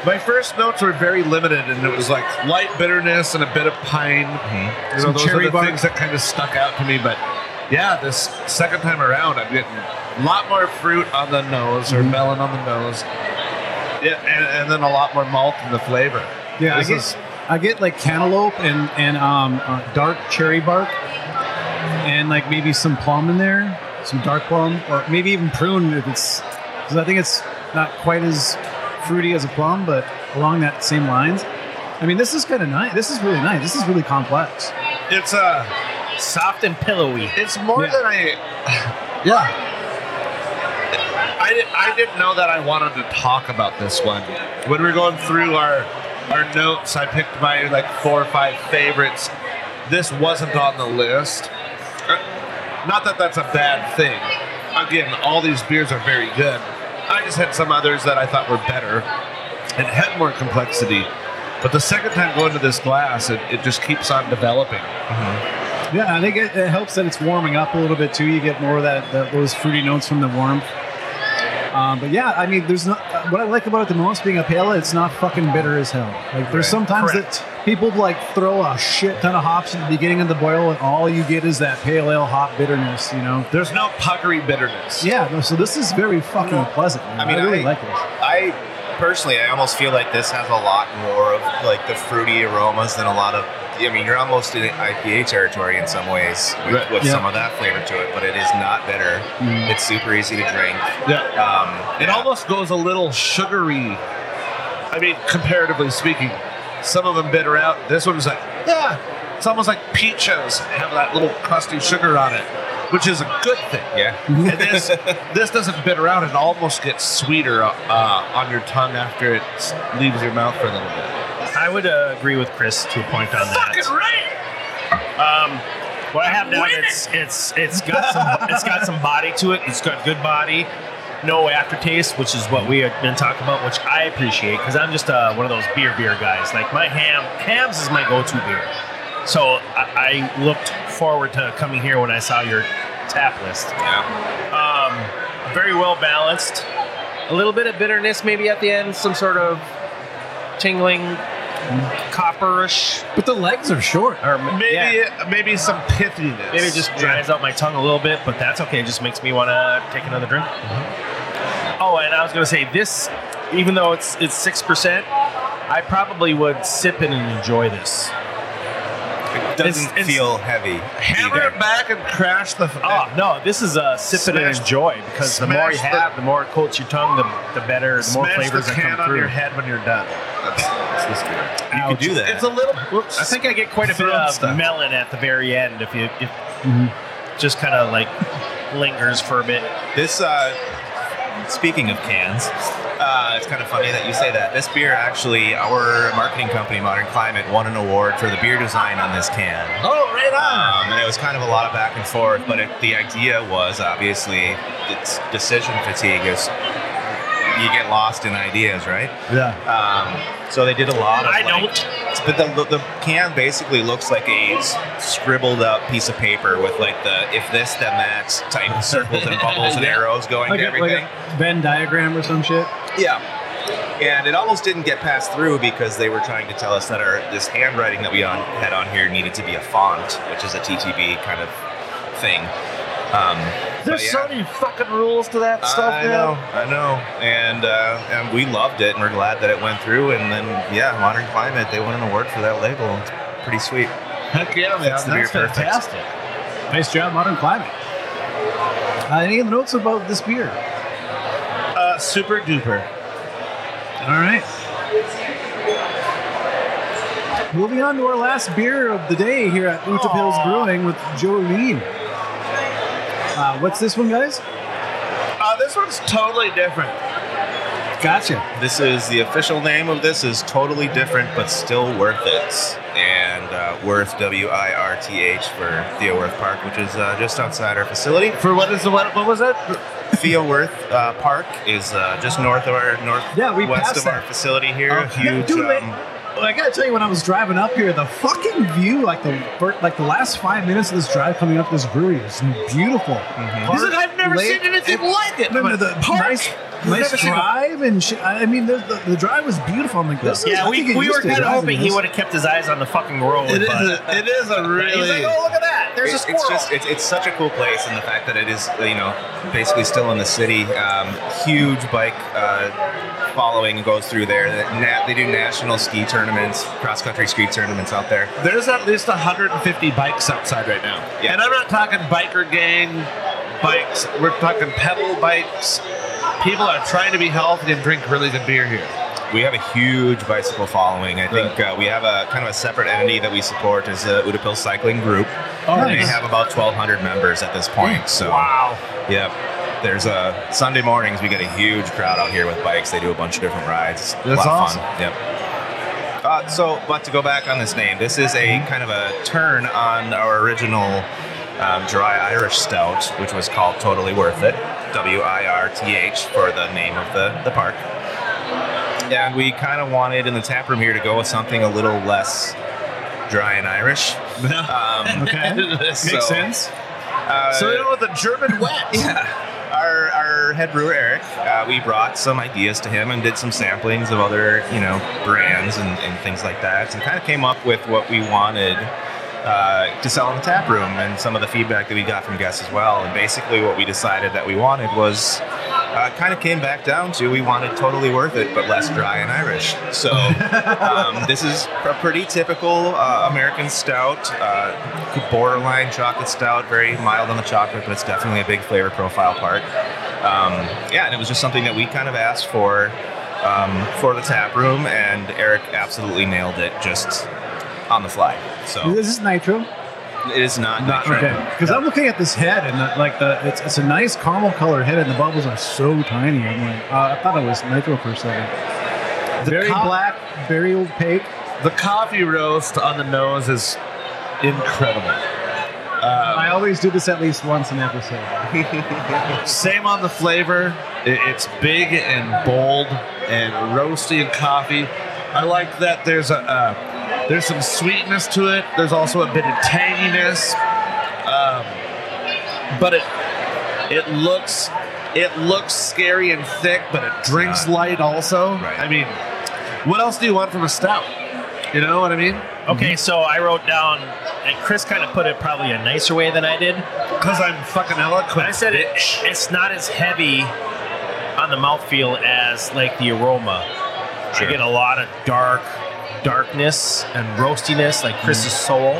F: my first notes were very limited, and it was like light bitterness and a bit of pine. You know,
C: Some
F: those
C: cherry
F: are the
C: bark.
F: things that kind of stuck out to me. But yeah, this second time around, I'm getting a lot more fruit on the nose or melon on the nose. Yeah, and, and then a lot more malt in the flavor.
C: Yeah, I
F: This
C: get,
F: is-
C: I get like cantaloupe and and um, uh, dark cherry bark, and like maybe some plum in there, some dark plum, or maybe even prune if it's because I think it's not quite as fruity as a plum, but along that same lines. I mean, this is kind of nice. This is really nice. This is really complex.
F: it's uh,
D: Soft and pillowy.
F: it's more
C: Yeah.
F: than I. yeah. I, did, I didn't know that I wanted to talk about this one. When we were going through our our notes, I picked my like four or five favorites. This wasn't on the list. Uh, Not that that's a bad thing. Again, all these beers are very good. I just had some others that I thought were better and had more complexity. But the second time going to this glass, it, it just keeps on developing.
C: Yeah, I think it, it helps that it's warming up a little bit too. You get more of that, that those fruity notes from the warmth. Um, but yeah, I mean, there's not uh, what I like about it the most being a pale. ale, It's not fucking bitter as hell. Like there's sometimes that people like throw a shit ton of hops at the beginning of the boil, and all you get is that pale ale hop bitterness. You know?
F: There's no puckery bitterness.
C: Yeah. no, So this is very fucking pleasant. man.
E: Mm-hmm. I mean,
C: I really
E: I-
C: like this.
E: I personally, I almost feel like this has a lot more of like the fruity aromas than a lot of. I mean, you're almost in IPA territory in some ways with,
F: Right,
E: with
C: yeah.
E: some of that flavor to it, but it is not bitter. It's super easy to drink.
F: Yeah.
E: Um,
F: It
E: yeah.
F: almost goes a little sugary. I mean, comparatively speaking, some of them bitter out. This one's like, yeah, it's almost like peaches have that little crusty sugar on it, which is a good thing.
E: yeah.
F: And this this doesn't bitter out. It almost gets sweeter uh, on your tongue after it s- leaves your mouth for a little bit.
D: I would uh, agree with Chris to a point on that.
F: right.
D: Um, what I have now it's it's it's got some it's got some body to it. It's got good body, no aftertaste, which is what we have been talking about, which I appreciate because I'm just uh, one of those beer beer guys. Like my ham hams is my go to beer, so I, I looked forward to coming here when I saw your tap list. Yeah, um, very well balanced. A little bit of bitterness maybe at the end, some sort of tingling copperish
C: But the legs are short.
D: or
F: Maybe
D: yeah.
F: maybe some pithiness.
D: Maybe it just dries out my tongue a little bit, but that's okay. It just makes me want to take another drink.
F: Mm-hmm.
D: Oh, and I was gonna say this, even though it's it's six percent, I probably would sip it and enjoy this.
E: It doesn't
D: It's- it's-
E: feel heavy.
F: hammer
E: either.
F: it back and crash the.
D: Oh no, this is a sip it
F: Smash-
D: and enjoy because the more you
F: smash the-
D: have, the, more it coats your tongue, the, the better, the more
F: smash
D: flavors
F: the
D: that
F: can
D: come
F: on
D: through.
F: your head when you're done.
E: That's- that's this good. You could do that.
F: It's a little.
D: Whoops. I think I get quite a bit
F: Throat
D: of
F: stuff. Mm-hmm.
D: melon at the very end if you if just kind of like lingers for a bit.
E: This, uh, speaking of cans, uh, it's kind of funny that you say that. This beer, actually, our marketing company, Modern Climate, won an award for the beer design on this can.
F: Oh, right on.
E: Um, and it was kind of a lot of back and forth, but it, the idea was obviously it's decision fatigue is you get lost in ideas, right?
C: Yeah.
E: Um, so they did a lot of.
D: I
E: like-
D: don't.
E: But the, the can basically looks like a s- scribbled up piece of paper with like the if this then that type circles and bubbles and arrows going
C: Like
E: to
C: a, like
E: everything.
C: a Venn diagram or some shit.
E: Yeah. And it almost didn't get passed through because they were trying to tell us that our this handwriting that we on, had on here needed to be a font, which is a TTB kind of thing. Um,
F: There's
E: but yeah.
F: so many fucking rules to that stuff
E: I
F: now.
E: know, I know, and uh, and we loved it, and we're glad that it went through. And then, yeah, Modern Climate, they won an award for that label. It's pretty sweet.
F: Heck yeah, man.
E: the beer perfect.
C: Nice job, Modern Climate. Uh, any other notes about this beer?
F: Uh, super duper.
C: All right. Moving on to our last beer of the day here at Utapil's Brewing with Jolene. Uh, what's this one, guys?
F: Uh, this one's totally different.
C: Gotcha.
E: This is the official name of this is totally different, but still worth it. And uh, Worth W I R T H for Theo Worth Park, which is uh, just outside our facility.
F: For what is the what? What was it?
E: Theo Worth uh, Park is uh, just north of our north
C: Yeah, we
E: west
C: passed
E: of our
C: that.
E: facility here.
C: Uh, yeah,
E: Huge.
C: dude, wait.
E: um,
C: Well, I gotta tell you, when I was driving up here, the fucking view, like the fir- like the last five minutes of this drive coming up this brewery, is beautiful. Park,
F: He's like, Mm-hmm. I've never
C: lake-
F: seen anything like it.
C: No, no, the
F: Park.
C: nice, nice
F: never seen a-
C: drive and shit. I I mean, the, the, the drive was beautiful. I'm like, this is I
D: Yeah,
C: could
D: we,
C: get
D: we
C: used
D: were
C: to
D: kind of
C: driving
D: hoping he
C: this.
D: would have kept his eyes on the fucking road.
F: It is.
D: but
F: A, it is a really.
D: He's like, oh, look at that. There's a
E: It-
D: squirrel.
E: It's just it's, it's such a cool place, and the fact that it is you know basically still in the city. Um, huge bike uh, following goes through there. That na- they do national ski tournaments, cross country ski tournaments out there.
F: There's at least 150 bikes outside right now.
E: Yeah.
F: And I'm not talking biker gang bikes. We're talking pedal bikes. People are trying to be healthy and drink really good beer here.
E: We have a huge bicycle following. I think uh, we have a kind of a separate entity that we support is the Utapil Cycling Group.
C: Oh,
E: and They
C: nice.
E: have about 1,200 members at this point. So wow, yep. There's uh, Sunday mornings. We get a huge crowd out here with bikes. They do a bunch of different rides. It's a
F: That's
E: lot
F: awesome.
E: of fun. Yep. Uh, so, but to go back on this name, this is
F: Mm-hmm.
E: a kind of a turn on our original um, dry Irish stout, which was called Totally Worth It, W I R T H, for the name of the, the park. And we kind of wanted in the tap room here to go with something a little less dry and Irish. Um,
C: Okay. Makes
E: so,
C: sense.
E: uh,
F: So you know the German wet.
E: yeah. Our, our head brewer Eric, uh, we brought some ideas to him and did some samplings of other you know brands and, and things like that, and kind of came up with what we wanted uh, to sell in the tap room and some of the feedback that we got from guests as well. And basically, what we decided that we wanted was uh, kind of came back down to we wanted totally worth it, but less dry and Irish. So um, this is a pretty typical uh, American stout, uh, borderline chocolate stout, very mild on the chocolate, but it's definitely a big flavor profile part. Um, yeah, and it was just something that we kind of asked for um, for the tap room, and Eric absolutely nailed it just on the fly. So
C: This Oh, is nitro.
E: it is not, not
C: Okay, because I'm looking at this head and uh, like the it's, it's a nice caramel colored head and the bubbles are so tiny. I'm like, uh, I thought it was nitro for a second. very
F: col-
C: black, very opaque.
F: The coffee roast on the nose is incredible. Oh.
C: I always do this at least once an episode.
F: Same on the flavor. It, it's big and bold and roasty and coffee. I like that there's a uh, there's some sweetness to it. There's also a bit of tanginess, um, but it it looks it looks scary and thick, but it drinks light also.
G: Right.
F: I mean, what else do you want from a stout? You know what I mean? Mm-hmm.
D: Okay, so I wrote down, and Chris kind of put it probably a nicer way than I did.
F: Because I'm fucking eloquent.
D: I said it,
F: bitch.
D: it's not as heavy on the mouthfeel as like the aroma. I get a lot of dark darkness and roastiness, like Chris's
F: Mm-hmm.
D: soul.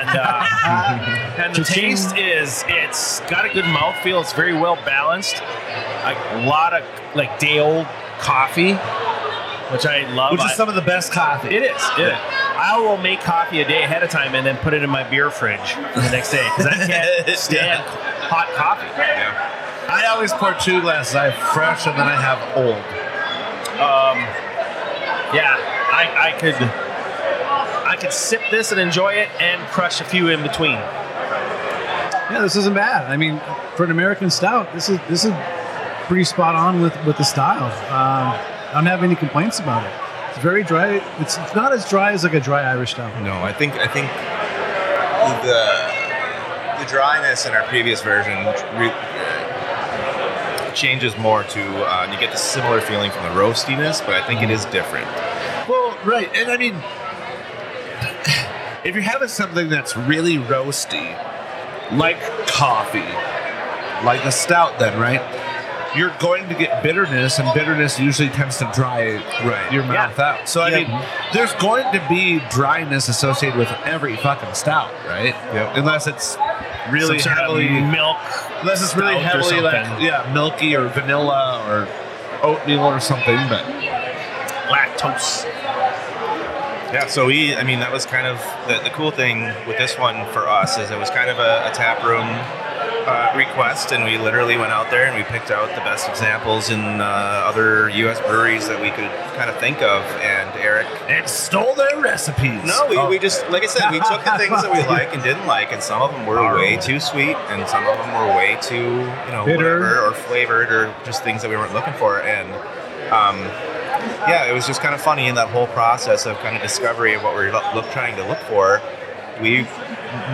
D: and uh, and the taste is it's got a good mouthfeel. It's very well balanced. Like a lot of like day old coffee, which I love.
F: which
D: I-
F: is some of the best coffee.
D: it is. It is. I will make coffee a day ahead of time and then put it in my beer fridge the next day because I can't stand hot coffee.
F: I always pour two glasses. I have fresh and then I have old.
D: Um, Yeah, I, I could. I could sip this and enjoy it and crush a few in between.
C: Yeah, this isn't bad. I mean, for an American stout, this is this is pretty spot on with with the style. Um, I don't have any complaints about it. It's very dry. It's, it's not as dry as like a dry Irish stout.
E: No, I think I think the the dryness in our previous version re- uh, changes more to uh, you get the similar feeling from the roastiness, but I think it is different.
F: Well, right, and I mean, if you're having something that's really roasty, like coffee, like a stout, then right, you're going to get bitterness, and bitterness usually tends to dry your mouth out. So I mean, there's going to be dryness associated with every fucking stout, right?
E: Yep.
F: Unless it's really
D: Some sort of
F: heavily
D: milk.
F: unless it's really
D: stout or
F: heavily like
D: something.
F: yeah, milky or vanilla or oatmeal or something, but.
D: lactose.
E: Yeah, so we, I mean, that was kind of the, the cool thing with this one for us is it was kind of a, a tap room uh, request, and we literally went out there and we picked out the best examples in uh, other U.S. breweries that we could kind of think of. And Eric, Oh.
F: and stole their recipes.
E: no, we, we just like I said, we took the things that we like and didn't like, and some of them were way too sweet, and some of them were way too you know
C: Bitter.
E: whatever or flavored or just things that we weren't looking for, and. Um, yeah, it was just kind of funny in that whole process of kind of discovery of what we're lo- look, trying to look for. We've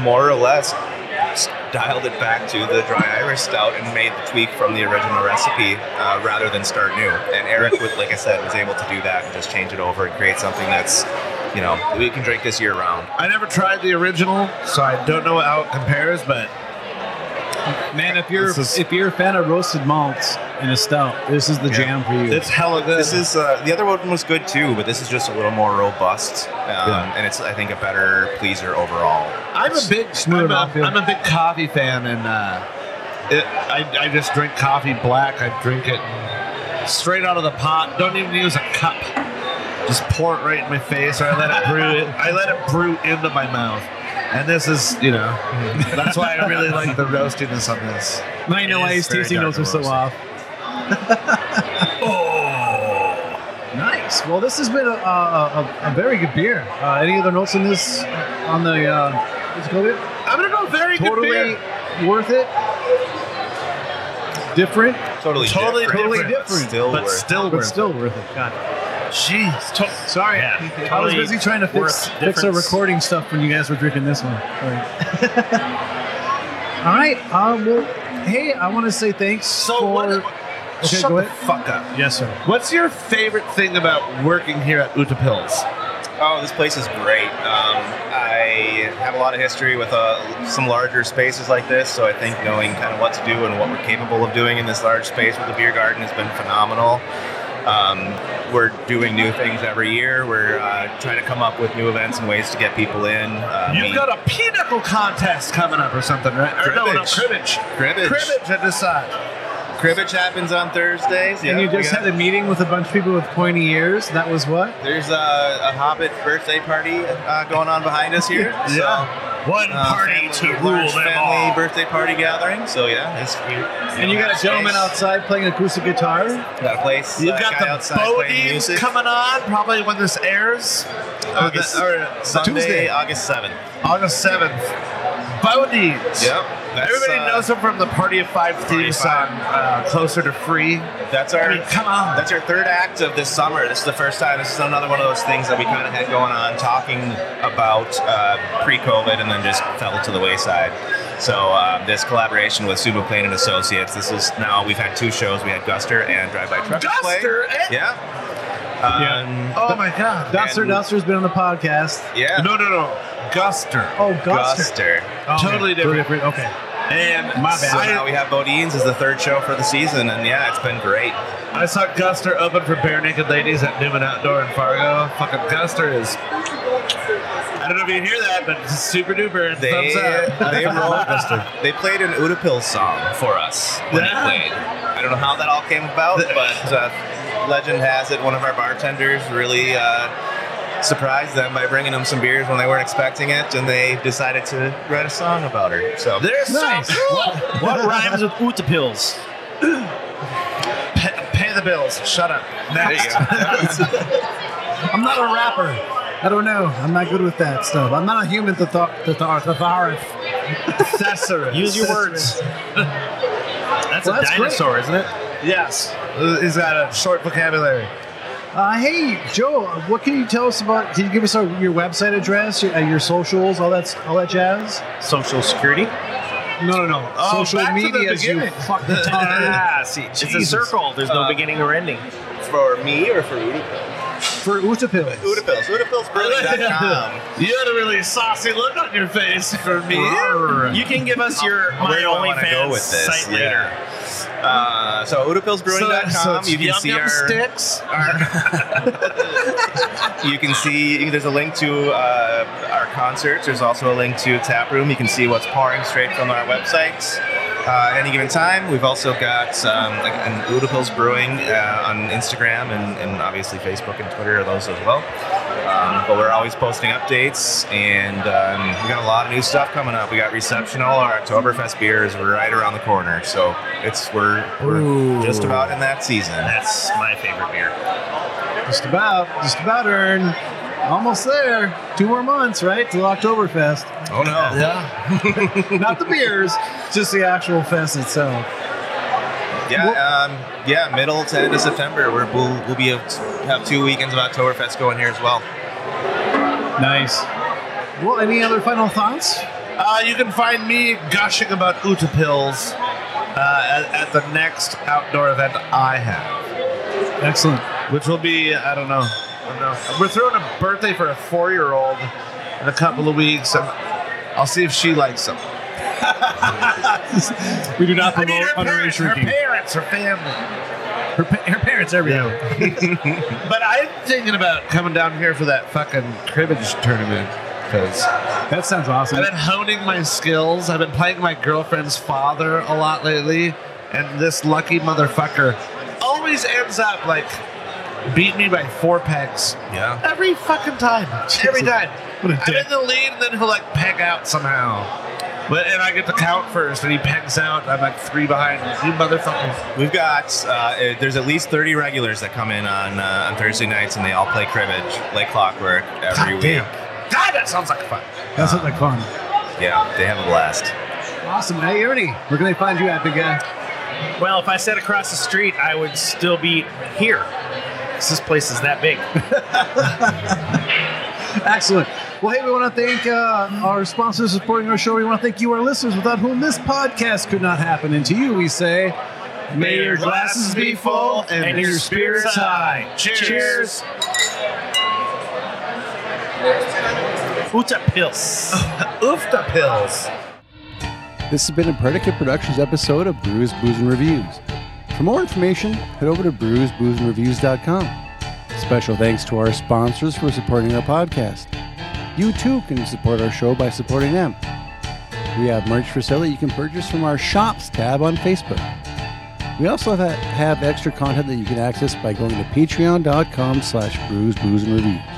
E: more or less s- dialed it back to the dry Irish stout and made the tweak from the original recipe uh, rather than start new. And Eric, was, like I said, was able to do that and just change it over and create something that's, you know, we can drink this year round.
F: I never tried the original, so I don't know how it compares, but
C: Man, if you're
F: This is-
C: if you're a fan of roasted malts in a stout, this is the jam for you.
F: it's hella good.
E: This is uh, the other one was good too, but this is just a little more robust, um, and it's I think a better pleaser overall.
F: I'm a big
C: smooth
F: I'm
C: off
F: a,
C: you.
F: I'm a big coffee fan, and uh, it, I, I just drink coffee black. I drink it straight out of the pot. Don't even use a cup. Just pour it right in my face, or I let it brew. It, I let it brew into my mouth. And this is, you know, that's why I really like the roastiness on this.
C: I know
F: it
C: why his
F: is very
C: tasting
F: dark
C: notes are so
F: roasted.
C: off. Oh, Nice. Well, this has been a, a, a, a very good beer. Uh, any other notes on this? On the uh, let's go it.
F: I'm gonna go very
C: Totally
F: good beer.
C: worth it. Different,
E: Totally,
F: Totally,
E: different,
F: totally
E: but
C: different,
E: Still
F: but
E: worth
F: still
C: but
F: worth
C: still worth it. God.
F: Jeez.
C: Sorry, I was
D: totally
C: busy trying to fix
D: worth
C: fix our
D: difference.
C: recording stuff when you guys were drinking this one. All right. All right. Uh, well, hey, I want to say thanks.
F: So
C: for,
F: what?
C: Okay,
F: shut
C: go
F: the
C: ahead.
F: fuck up.
C: Yes, sir.
F: What's your favorite thing about working here at Uta Pills?
E: Oh, this place is great. Um, I have a lot of history with uh, some larger spaces like this, so I think knowing kind of what to do and what we're capable of doing in this large space with the beer garden has been phenomenal. Um, we're doing new things every year. We're uh, trying to come up with new events and ways to get people in. Uh,
F: You've
E: meet-
F: got a pinnacle contest coming up or something, right? Or no, no,
E: Cribbage.
F: cribbage.
E: cribbage.
F: Cribbage at this side.
E: Cribbage happens on Thursdays. Yeah,
C: and you
E: we
C: just
E: got-
C: had a meeting with a bunch of people with pointy ears. That was what?
E: There's a, a Hobbit birthday party uh, going on behind us here.
F: Yeah.
E: So
D: One
E: uh,
D: party
E: family-
D: to
E: large
D: rule them
E: family
D: all.
E: birthday party gathering. So yeah, it's weird.
C: And you got a gentleman outside playing acoustic guitar.
E: Got a place.
F: You've
E: uh,
F: got
E: guy
F: the
E: outside playing
F: Bodines
E: music.
F: coming on probably when this airs. Or
E: August-
F: the- or
E: Sunday,
F: Tuesday,
E: August seventh.
F: August 7th. Bodines.
E: Yep. That's,
F: Everybody
E: uh,
F: knows him from the Party of Five theme
E: 45.
F: song, uh, Closer to Free.
E: That's our.
F: I mean, come on.
E: That's our third act of this summer. This is the first time. This is another one of those things that we kind of had going on, talking about uh, pre-COVID, and then just fell to the wayside. So um, this collaboration with Suba Plain and Associates. This is now we've had two shows. We had Guster and Drive By Truck. play.
F: Duster. eh?
E: Yeah. Um,
F: Oh my God.
C: Duster
E: And-
C: Duster's been on the podcast.
E: yeah.
F: No, no, no. Guster.
C: Oh, Guster.
E: Guster.
F: totally different.
C: Okay.
E: And
F: My bad.
E: So
F: I-
E: now we have Bodines as the third show for the season, and yeah, it's been great.
F: I saw Guster open for Bare Naked Ladies at Newman Outdoor in Fargo. Fucking Guster is. I don't know if you can hear that, but it's super duper. and
E: They
F: thumbs up.
E: they wrote
F: Guster.
E: they played an Utapil song for us when
F: Yeah.
E: they played. I don't know how that all came about, but uh, legend has it one of our bartenders really uh, surprised them by bringing them some beers when they weren't expecting it, and they decided to write a song about her. So
F: There's
C: Nice.
D: What, what rhymes with Utapils?
F: Pay, pay the bills. Shut up. Next.
C: I'm not a rapper. I don't know. I'm not good with that stuff. I'm not a human thesaurus. Thesaurus.
D: Use your words. That's
C: Well,
D: a
C: that's great.
D: dinosaur, isn't it?
F: yes. He's got a short vocabulary.
C: Uh, hey, Joe, what can you tell us about? Can you give us our, your website address, your, uh, your socials, all that, all that jazz?
D: Social security.
C: No, no, no.
F: Oh,
C: Social
F: back to the
C: media, you
F: beginning.
C: fucking tar-
D: Ah, see, it's a
F: Jesus.
D: circle. There's no
E: Uh,
D: beginning or ending.
E: for me or for Utapil?
C: for Utapil.
E: Utapils, utapilsbrewing.com.
F: You had a really saucy look on your face for me.
D: You can give us your my
E: Where do I wanna go
D: OnlyFans
E: with this?
D: site
E: Yeah.
D: later.
E: Uh, so utapilsbrewing.com. you can see our
F: sticks.
E: you can see there's a link to uh, our concerts. There's also a link to tap room. You can see what's pouring straight from our websites. Uh, at any given time, we've also got um, like an Udapils Brewing uh, on Instagram and, and obviously Facebook and Twitter are those as well. Um, but we're always posting updates, and um, we got a lot of new stuff coming up. We got Receptional, our Oktoberfest beer is right around the corner, so it's we're, we're just about in that season.
D: That's my favorite beer.
C: Just about, just about earned. Almost there. Two more months, right? Till Oktoberfest.
E: Oh no!
C: Not the beers, just the actual fest itself.
E: Yeah, um, yeah, middle to end of September, we're, we'll, we'll be able to have two weekends of Oktoberfest going here as well.
C: Nice. Well, any other final thoughts?
F: Uh, you can find me gushing about Utapils uh, at, at the next outdoor event I have,
C: Excellent.
F: which will be, I don't know. I don't know. We're throwing a birthday for a four year old in a couple of weeks, and I'll see if she likes them.
C: We do not promote
F: her,
C: underage
F: parents, her
C: drinking.
F: parents, her family.
C: Her, pa- her parents, everything.
F: But I'm thinking about coming down here for that fucking cribbage tournament. Because
C: That sounds awesome.
F: I've been honing my skills. I've been playing my girlfriend's father a lot lately, and this lucky motherfucker always ends up like beat me by four pegs
E: Yeah.
F: every fucking time. Every time.
C: What a
F: I'm
C: dick.
F: in the lead, and then he'll like peg out somehow. But and I get to count first, and he pegs out. and I'm like three behind. You motherfuckers.
E: We've got, uh, uh, there's at least 30 regulars that come in on, uh, on Thursday nights and they all play cribbage like clockwork every
F: God
E: week.
F: damn. God, that sounds like fun.
C: That's what they call them.
E: Yeah, they have a blast.
C: Awesome. Hey, Ernie, where can they find you at, big guy?
D: Well, if I sat across the street, I would still be here. 'Cause This place is that big.
C: Excellent. Well, hey, we want to thank uh, our sponsors supporting our show. We want to thank you, our listeners, without whom this podcast could not happen. And to you, we say, may your glasses be full and, your spirits high.
F: Cheers.
D: Cheers. Uta Pils.
F: Oof the pills.
I: This has been a Predicate Productions episode of Brews, Booze, and Reviews. For more information, head over to brewsboozeandreviews.com. Special thanks to our sponsors for supporting our podcast. You too can support our show by supporting them. We have merch for sale that you can purchase from our Shops tab on Facebook. We also have, have extra content that you can access by going to patreon.com slash brews, booze, and reviews.